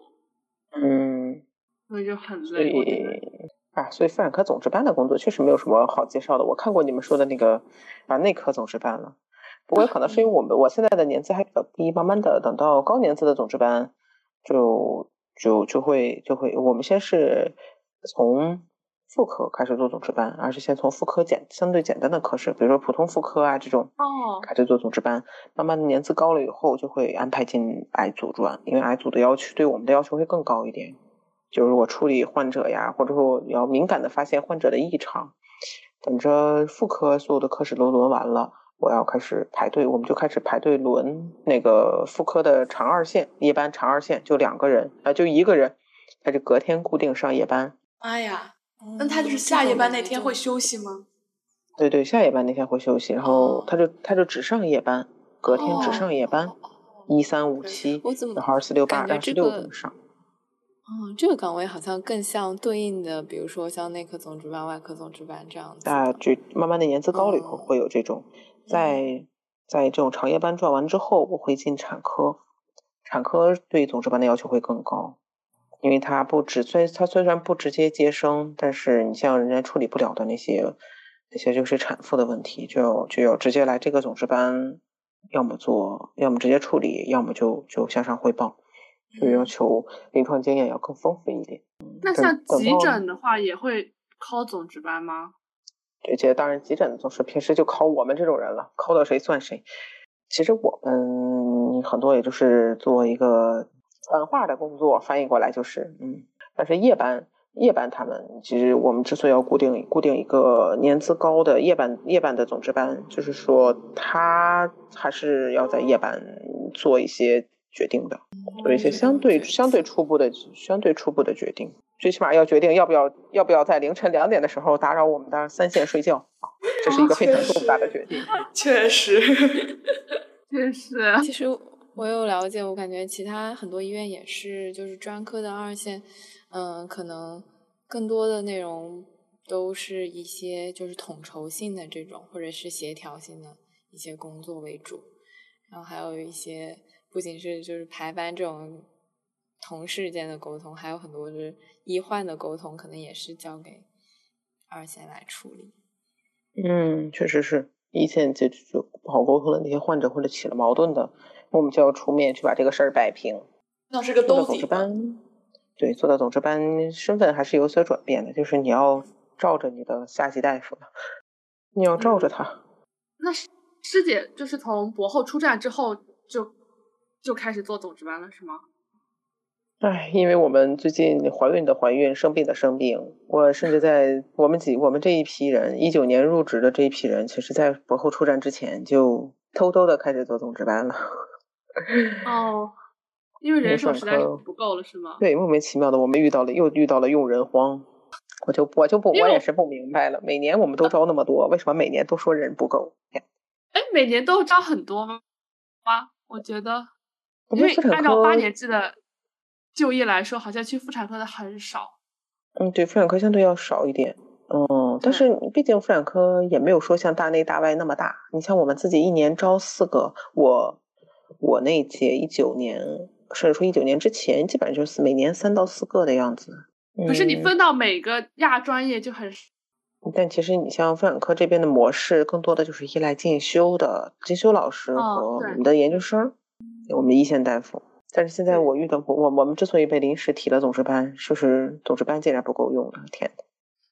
嗯，所以就很所累。我觉得以啊，所以妇产科总值班的工作确实没有什么好介绍的。我看过你们说的那个啊，内科总值班了，不过可能嗯是因为我们我现在的年资还比较低，慢慢的等到高年资的总值班就就就会就会，我们先是从妇科开始做总值班，而是先从妇科简相对简单的科室，比如说普通妇科啊这种哦开始做总值班，慢慢的年资高了以后，就会安排进癌组转，因为癌组的要求对我们的要求会更高一点。就是我处理患者呀，或者说我要敏感的发现患者的异常，等着妇科所有的科室都轮完了，我要开始排队，我们就开始排队轮那个妇科的长二线，夜班长二线就两个人啊、就一个人，他就隔天固定上夜班。妈呀，嗯那他就是下夜班那天会休息吗？对对，下夜班那天会休息，然后他就他就只上夜班，隔天只上夜班，一三五七我怎么，然后二四六八感觉二十这六个这么上。嗯，这个岗位好像更像对应的，比如说像内科总值班、外科总值班这样子大的。就慢慢的年资高了以后，嗯会有这种在在这种长夜班转完之后，我会进产科，产科对总值班的要求会更高，因为它不只虽它虽然不直接接生，但是你像人家处理不了的那些那些就是产妇的问题，就要就要直接来这个总值班，要么做，要么直接处理，要么就就向上汇报，就嗯要求临床经验要更丰富一点。那等像等急到诊的话，也会 call 总值班吗？这些当然急诊总是平时就靠我们这种人了，靠到谁算谁。其实我们很多也就是做一个传话的工作，翻译过来就是嗯。但是夜班夜班他们其实我们之所以要固定固定一个年资高的夜班夜班的总值班，就是说他还是要在夜班做一些决定的，做一些相对相对初步的相对初步的决定。最起码要决定要不要要不要在凌晨两点的时候打扰我们的三线睡觉，啊这是一个非常重大的决定。 确实，确实，其实我有了解，我感觉其他很多医院也是，就是专科的二线，嗯、可能更多的内容都是一些就是统筹性的这种，或者是协调性的一些工作为主，然后还有一些不仅是就是排班这种同事间的沟通，还有很多就是医患的沟通，可能也是交给二线来处理。嗯，确实是一线就就不好沟通的那些患者或者起了矛盾的，我们就要出面去把这个事儿摆平。那是个做到兜总值底。班，对，做到总值班身份还是有所转变的，就是你要罩着你的下级大夫的，你要罩着他。 那师师姐就是从博后出站之后就就开始做总值班了，是吗？唉，因为我们最近怀孕的怀孕，生病的生病，我甚至在我们几我们这一批人，一九年入职的这一批人，其实在博后出站之前就偷偷的开始做总值班了。 哦，因为没人手上实在是课不够了，是吗？对，莫名其妙的，我们遇到了又遇到了用人荒。我就我就不因我为我也是不明白了，每年我们都招那么多，为什么每年都说人不够？哎，每年都招很多吗？吗？我觉得，我因们为妇产按照八科年制的就业来说，好像去妇产科的很少。嗯，对，妇产科相对要少一点。嗯，但对是毕竟妇产科也没有说像大内大外那么大。你像我们自己一年招四个，我我那一届一九年，甚至说一九年之前，基本上就是每年三到四个的样子。可是你嗯分到每个亚专业就很少但其实你像妇产科这边的模式，更多的就是依赖进修的进修老师哦和我对们的研究生，我们的一线大夫。但是现在对我遇到我我我们之所以被临时提了总值班，就是总值班竟然不够用了，天呐！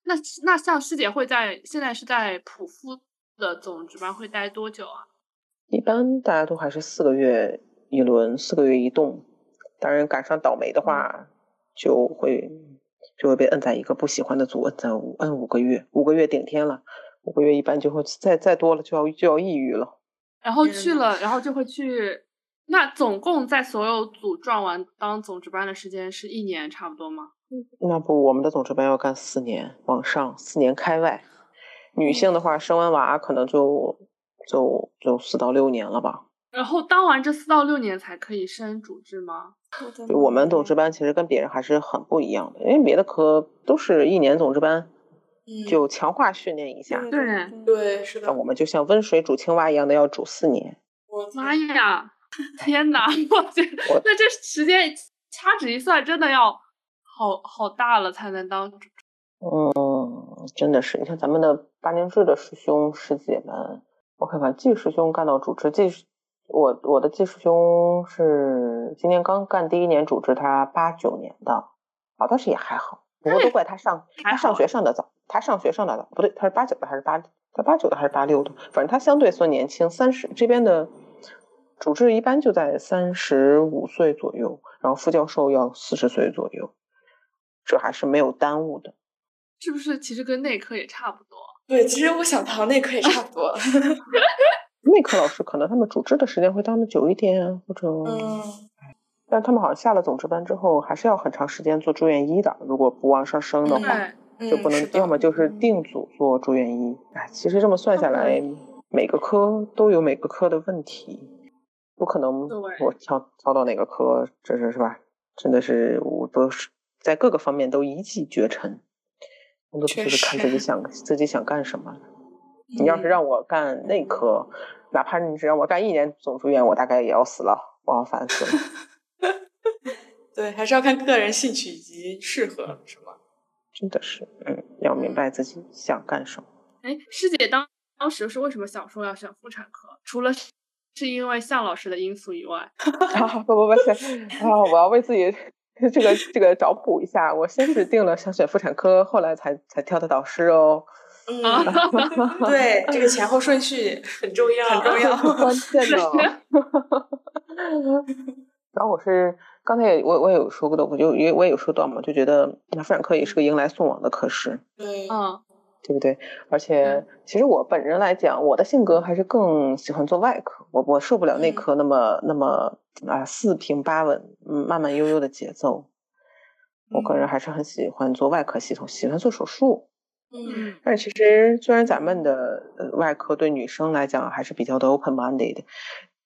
那那像师姐会在现在是在普附的总值班会待多久啊？一般大家都还是四个月一轮，四个月一动。当然赶上倒霉的话，就会就会被摁在一个不喜欢的组，摁在五摁五个月，五个月顶天了，五个月一般就会再再多了就要就要抑郁了。然后天去呐了，然后就会去。那总共在所有组转完当总值班的时间是一年差不多吗？那不，我们的总值班要干四年往上，四年开外。女性的话，生完娃可能就就就四到六年了吧。然后当完这四到六年才可以升主治吗？就我们总值班其实跟别人还是很不一样的，因为别的科都是一年总值班，嗯就强化训练一下。对，对，是的那，我们就像温水煮青蛙一样的要煮四年。我妈呀，天哪！ 我觉得我那这时间掐指一算，真的要好好大了才能当主。嗯，真的是，你看咱们的八年制的师兄师姐们，我看看季师兄干到主治，季师我我的季师兄是今年刚干第一年主治，他八九年的，啊，倒是也还好，不过都怪他上还他上好学上的早，他上学上的早，不对，他是八九的还是八他八九的还是八六的，反正他相对算年轻，三十这边的主治一般就在三十五岁左右，然后副教授要四十岁左右，这还是没有耽误的。是不是？其实跟内科也差不多。对，其实我想堂内科也差不多。内科老师可能他们主治的时间会当的久一点啊，或者，嗯，但他们好像下了总值班之后，还是要很长时间做住院医的。如果不往上升的话，对，就不嗯能是，的要么就是定组做住院医。哎，其实这么算下来，每个科都有每个科的问题，不可能对我挑挑到哪个科，这是是吧？真的是我都是在各个方面都一骑绝尘，工作确就是看自己实想自己想干什么。你要是嗯让我干内科，哪怕你只让我干一年总住院，我大概也要死了，我要烦死了。 对，还是要看个人兴趣以及适合，是吗？真的是，嗯，要明白自己想干什么。哎，师姐当当时是为什么想说要选妇产科？除了是是因为向老师的因素以外， 啊，不不不是啊，我要为自己这个这个找补一下。我先是定了想选妇产科，后来才才挑的导师哦。嗯，对，这个前后顺序很重要，很重 要。 关键的。然后我是刚才也我我也有说过的，我就因为我也有说到嘛，就觉得那妇产科也是个迎来送往的科室。对，嗯，对不对？而且，其实我本人来讲，我的性格还是更喜欢做外科，我我受不了内嗯科那么、那么啊四平八稳、嗯慢慢悠悠的节奏。我个人还是很喜欢做外科系统，喜欢做手术。嗯但是其实，虽然咱们的呃外科对女生来讲还是比较的 open minded，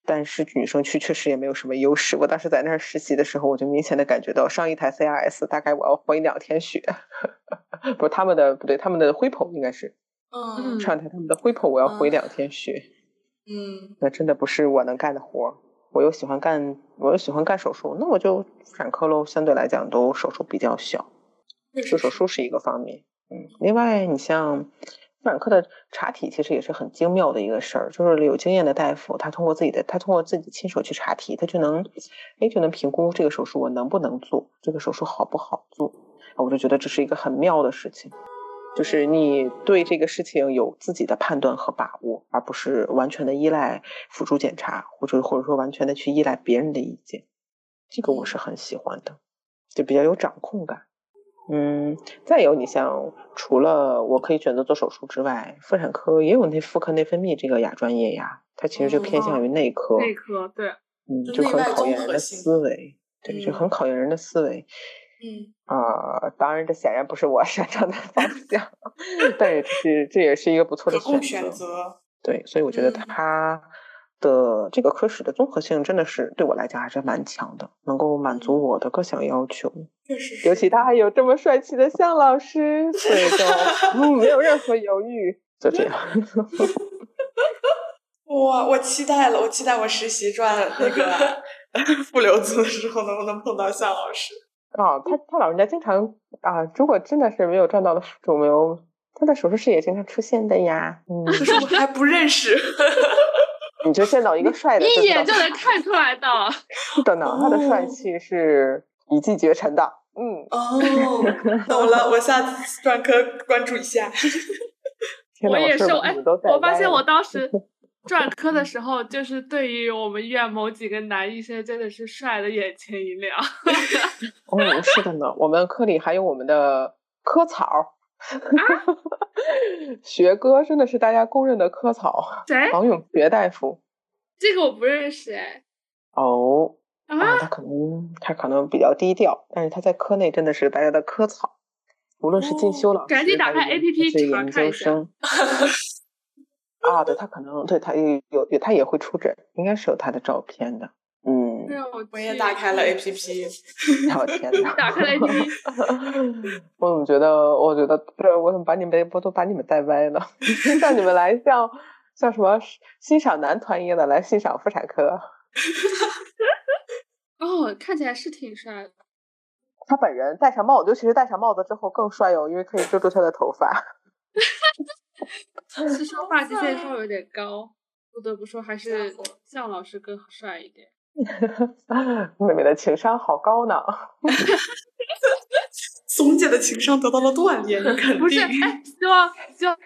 但是女生去确实也没有什么优势。我当时在那儿实习的时候，我就明显的感觉到上一台 CRS 大概我要回两天血， 不是他们的不对，他们的灰棚应该是嗯上台他们的灰棚，我要回嗯两天学，嗯那真的不是我能干的活儿。我又喜欢干，我又喜欢干手术，那我就妇产科喽。相对来讲，都手术比较小，确做实手是，术是一个方面。嗯，另外你像妇产科的查体，其实也是很精妙的一个事儿，就是有经验的大夫，他通过自己的，他通过自己亲手去查体，他就能，哎，就能评估这个手术我能不能做，这个手术好不好做。啊我就觉得这是一个很妙的事情，就是你对这个事情有自己的判断和把握，而不是完全的依赖辅助检查，或者或者说完全的去依赖别人的意见。这个我是很喜欢的，就比较有掌控感。嗯，再有，你像除了我可以选择做手术之外，妇产科也有内妇科内分泌这个亚专业呀，它其实就偏向于内科，内科对，嗯，嗯哦就就内很外考综验人合的性思维，对，就很考验人的思维。嗯呃，当然这显然不是我擅长的 方向，但也是这也是一个不错的可供选选择。择。对，所以我觉得嗯它的这个科室的综合性真的是对我来讲还是蛮强的，能够满足我的各项要求。确实嗯是，尤其他还有这么帅气的向老师，所以就 嗯没有任何犹豫，就 这样。哇，我期待了，我期待我实习转那个 不留子的时候能不能碰到向老师。啊， 他他老人家经常啊，如果真的是没有赚到的肿瘤，他在手术室也经常出现的呀。嗯，可是我还不认识，你就见到一个帅的，一眼就哦就知道能看出来的。是的呢，他的帅气是一骑绝尘的。嗯， 哦，懂了，我下次转科关注一下。 天哪，我也是是，不哎是都，在我发歪现了我 当时转科的时候，就是对于我们医院某几个男医生，真的是帅的眼前一 亮。嗯，是的呢，我们科里还有我们的科草啊儿， 学哥真的是大家公认的科草，谁？王永学大夫。这个我不认识哎。哦，啊，啊，他可能他可能比较低调，但是他在科内真的是大家的科草，无论是进修老师，哦赶紧打还是开研 APP 还是查研看究一下 生。啊，对他可能对他也有有他也会出诊，应该是有他的照片的。嗯，让啊我我也去打开了 APP，我天哪！嗯 打开了 APP，我怎么觉得？我觉得不是，我怎么把你们我都把你们带歪了？ 让你们来像像什么欣赏男团一样的来欣赏妇产科。哦，看起来是挺帅 的。他本人戴上帽子，尤其是戴上帽子之后更帅哦，因为可以遮住他的头发。 是说发际线稍微有点高，不得不说还是向老师更帅一点。妹妹的情商好高呢，怂姐的情商得到了锻炼，肯定。不 是，哎，希望希望，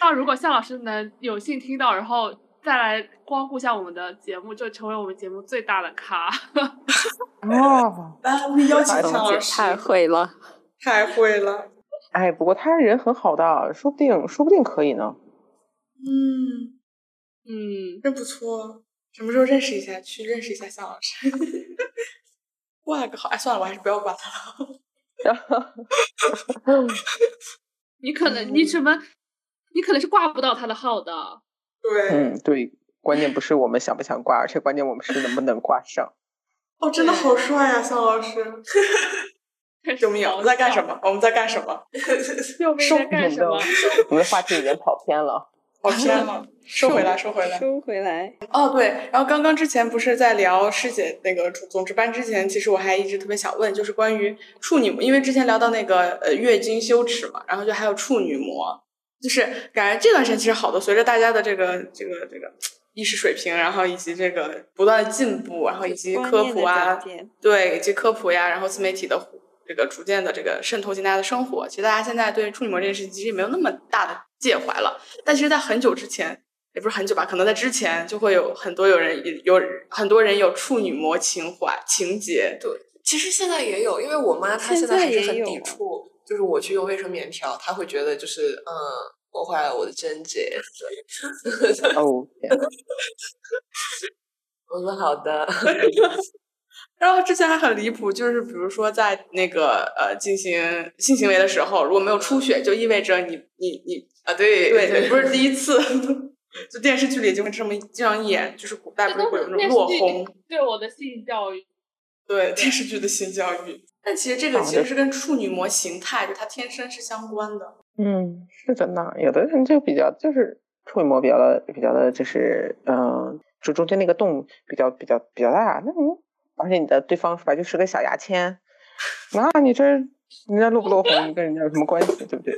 那如果向老师能有幸听到，然后再来光顾一下我们的节目，就成为我们节目最大的咖。 哦，啊，我们邀请哎向王老姐师，太会了。太会了。哎，不过他人很好的，说不定说不定可以呢。嗯，嗯，真不错。啊什么时候认识一下？去认识一下向老师。 我了个好！哎，算了，我还是不要管他了。你可能你什么，你可能是挂不到他的号的。对，嗯，对，关键不是我们想不想挂，而且关键我们是能不能挂上。哦，真的好帅呀、向老师！救命！啊我们在干什？么？我们在干什么？救命！收在干什么？ 我们的话题已经跑偏了。 跑偏了，啊收回来，收回来。收回来。哦，对，然后刚刚之前不是在聊师姐那个总值班之前，其实我还一直特别想问，就是关于处女膜，因为之前聊到那个呃月经羞耻嘛，然后就还有处女膜，就是感觉这段时间其实好多，随着大家的这个这个这个意识水平，然后以及这个不断的进步，然后以及科普啊，对，以及科普呀，然后自媒体的这个逐渐的这个渗透进大家的生活，其实大家现在对处女膜这件事情其实也没有那么大的介怀了。但其实，在很久之前，也不是很久吧，可能在之前就会有很多有人有很多人有处女膜情怀情节，其实现在也有，因为我妈她现现在在还是也很有抵啊触，就是我去用卫生棉条，她会觉得就是嗯，破坏了我的贞洁。 对哦，天呐我说好的，然后之前还很离谱，就是比如说在那个呃进行性行为的时候，如果没有出血，就意味着你你你啊，对对 对，不是第一次， 就电视剧里就会这么这样演，就是古代这不是都会有是那种电视落剧红，对我的性教育。对电视剧的性教育。但其实这个好其的实是跟处女膜形态，就它天生是相关的。嗯，是的呢，有的人就比较就是触摸比较的比较的，就是嗯、呃就中间那个洞比较比较比较大，那你而且你的对方说白就是个小牙签，那你这人家落不落红，你跟人家有什么关系，对不对？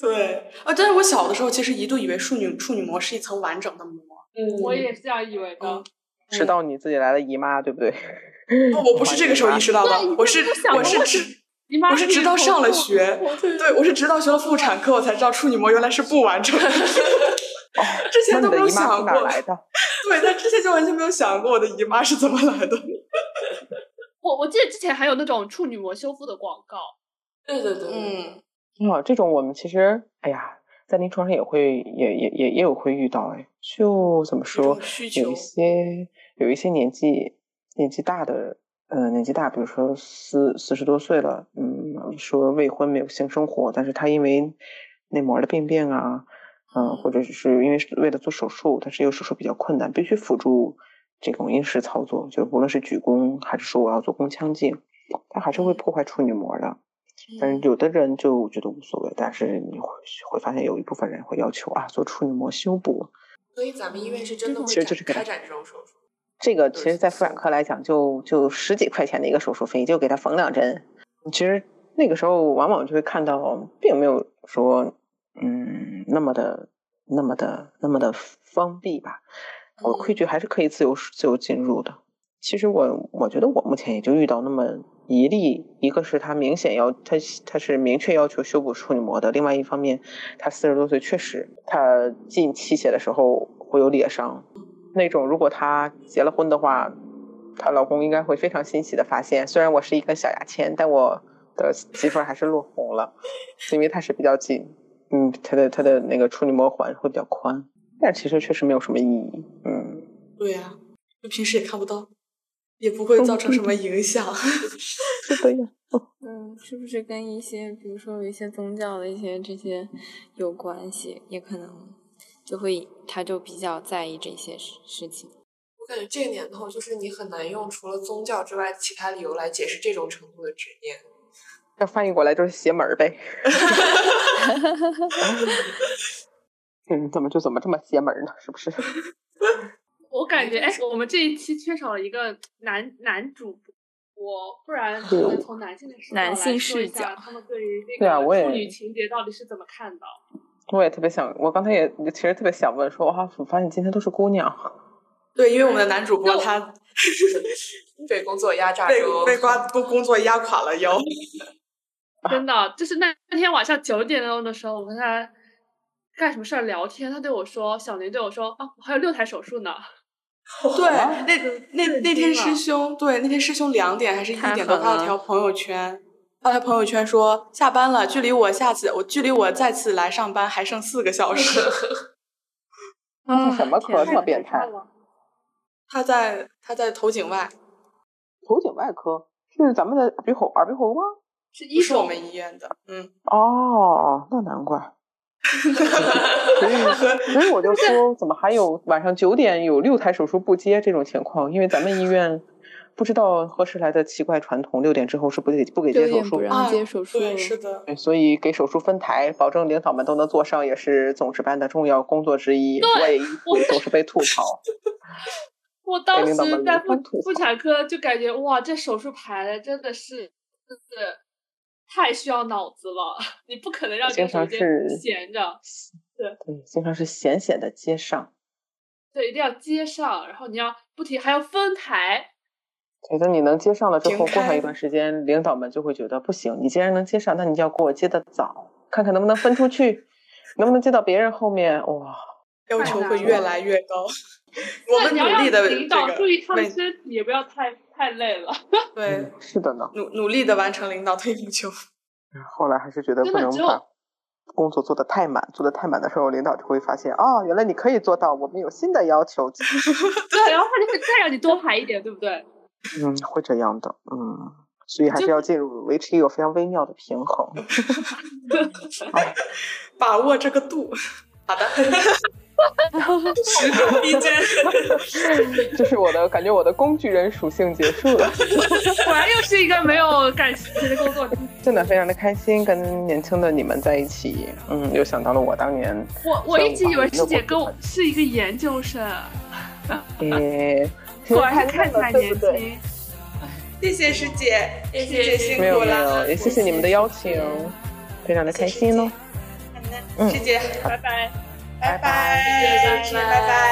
对啊，但是我小的时候其实一度以为处女处女膜是一层完整的膜。嗯我也是这样以为的嗯。直到你自己来了姨妈，对不对？哦，我不是这个时候意识到的，我是我是直你妈我是直到上了学，对我是直到学了妇产科，我才知道处女膜原来是不完整的。 之那前你都没的有姨妈想从哪儿过，来的？对，但之前就完全没有想过我的姨妈是怎么来的。我我记得之前还有那种处女膜修复的广告，对对对，嗯，啊，这种我们其实，哎呀，在临床上也会，也也也也有会遇到，哎，就怎么一说种，需有求一，些有一些年纪年纪大的嗯、年纪大，比如说四四十多岁了，嗯，说未婚没有性生活，但是他因为内膜的病变啊，嗯、或者是因为是为了做手术，但是又手术比较困难，必须辅助这种阴式操作，就无论是举弓还是说我要做宫腔镜，它还是嗯会破坏处女膜的。但是有的人就觉得无所谓，但是你会会发现有一部分人会要求啊做处女膜修补，所以咱们医院是哦真的其会实就是展给他开展这种手术。这个对其实，在妇产科来讲就，就十几块钱的一个手术费，就给他缝两针。其实那个时候，往往就会看到，并没有说，嗯，那么的、那么的、那么的封闭吧。我规矩还是可以自由自由进入的。其实我我觉得我目前也就遇到那么一例，一个是他明显要他他是明确要求修补处女膜的，另外一方面，他四十多岁确实他进气血的时候会有裂伤，那种如果她结了婚的话，她老公应该会非常欣喜的发现，虽然我是一根小牙签，但我的媳妇儿还是落红了，因为她是比较紧，嗯，她的她的那个处女膜环会比较宽，但其实确实没有什么意义，嗯，对啊呀、就平时也看不到，也不会造成什么影 响。是的呀，嗯，是不是跟一些，比如说有一些宗教的一些这些有关系？也可能就会他就比较在意这些事事情。我感觉这个年头，就是你很难用除了宗教之外其他理由来解释这种程度的执念。那翻译过来就是邪门儿呗。嗯，怎么就怎么这么邪门儿呢？是不 是？我感觉哎，我们这一期缺少了一个男男主播，不然对我们从男性的视角男性来说一视下角他们对于这对啊我个也处女情节到底是怎么看的？我也特别想，我刚才也其实特别想问说，哇，我发现今天都是姑娘。对，因为我们的男主播他 被工作压榨被中，被瓜工工作压垮了腰。真的，就是那那天晚上九点钟的时候，我跟他干什么事儿聊天，他对我说，小林对我说啊，我还有六台手术呢。对，那那那天震惊师了兄，对那天师兄两点还是一太点多狠发了了条朋友圈，发了条朋友圈说下班了，距离我下次我距离我再次来上班还剩四个小 时。这什么天科？这么呐变态？他在他在头颈外，头颈外科是咱们的耳鼻喉耳鼻喉吗？是不一是我手们医院的，嗯，哦，那难怪。所以，所以我就说，怎么还有晚上九点有六台手术不接这种情况？因为咱们医院不知道何时来的奇怪传统，六点之后是不给不给有接手点术不的。让哎接手术对，了。是的，对所以给手术分台，保证领导们都能坐上，也是总值班的重要工作之一。我也一直总是被吐槽。我当领导时们在轮番吐妇妇槽产科就感觉哇，这手术排的真的是，就是太需要脑子了，你不可能让这经个常时间是闲着，对，经常是险险的接上。对，一定要接上，然后你要不停，还要分台，觉得你能接上了之后，停过上一开段时间，领导们就会觉得不行，你既然能接上，那你就要给我接的早，看看能不能分出去，能不能接到别人后面。哇，要求会越来越 高。我那们你要努让力的领导注意这他个们为身体，也不要太太累了，对是的呢。嗯努努力的完成领导的要求。后来还是觉得真不的能只有把工作做得太满，做得太满的时候，领导就会发现，哦，原来你可以做到，我们有新的要 求。对， 然后他就会再让你多排一点，对不对？ 嗯，会这样的，嗯。所以还是要进入维持一个非常微妙的平衡。 把握这个 度。好的，十种必见。这是我的感觉，我的工具人属性结束了。果然又是一个没有感情的工作。真的非常的开心，跟年轻的你们在一起，嗯，又想到了我当年，我我一直以为师姐跟我上午是一个研究生，啊诶，果然是看起 来对年不对？轻。 谢谢师姐，谢姐辛没有苦没有，了，也谢谢你们的邀请，非常的开心哦。嗯师姐，拜拜。拜拜，拜拜，拜拜。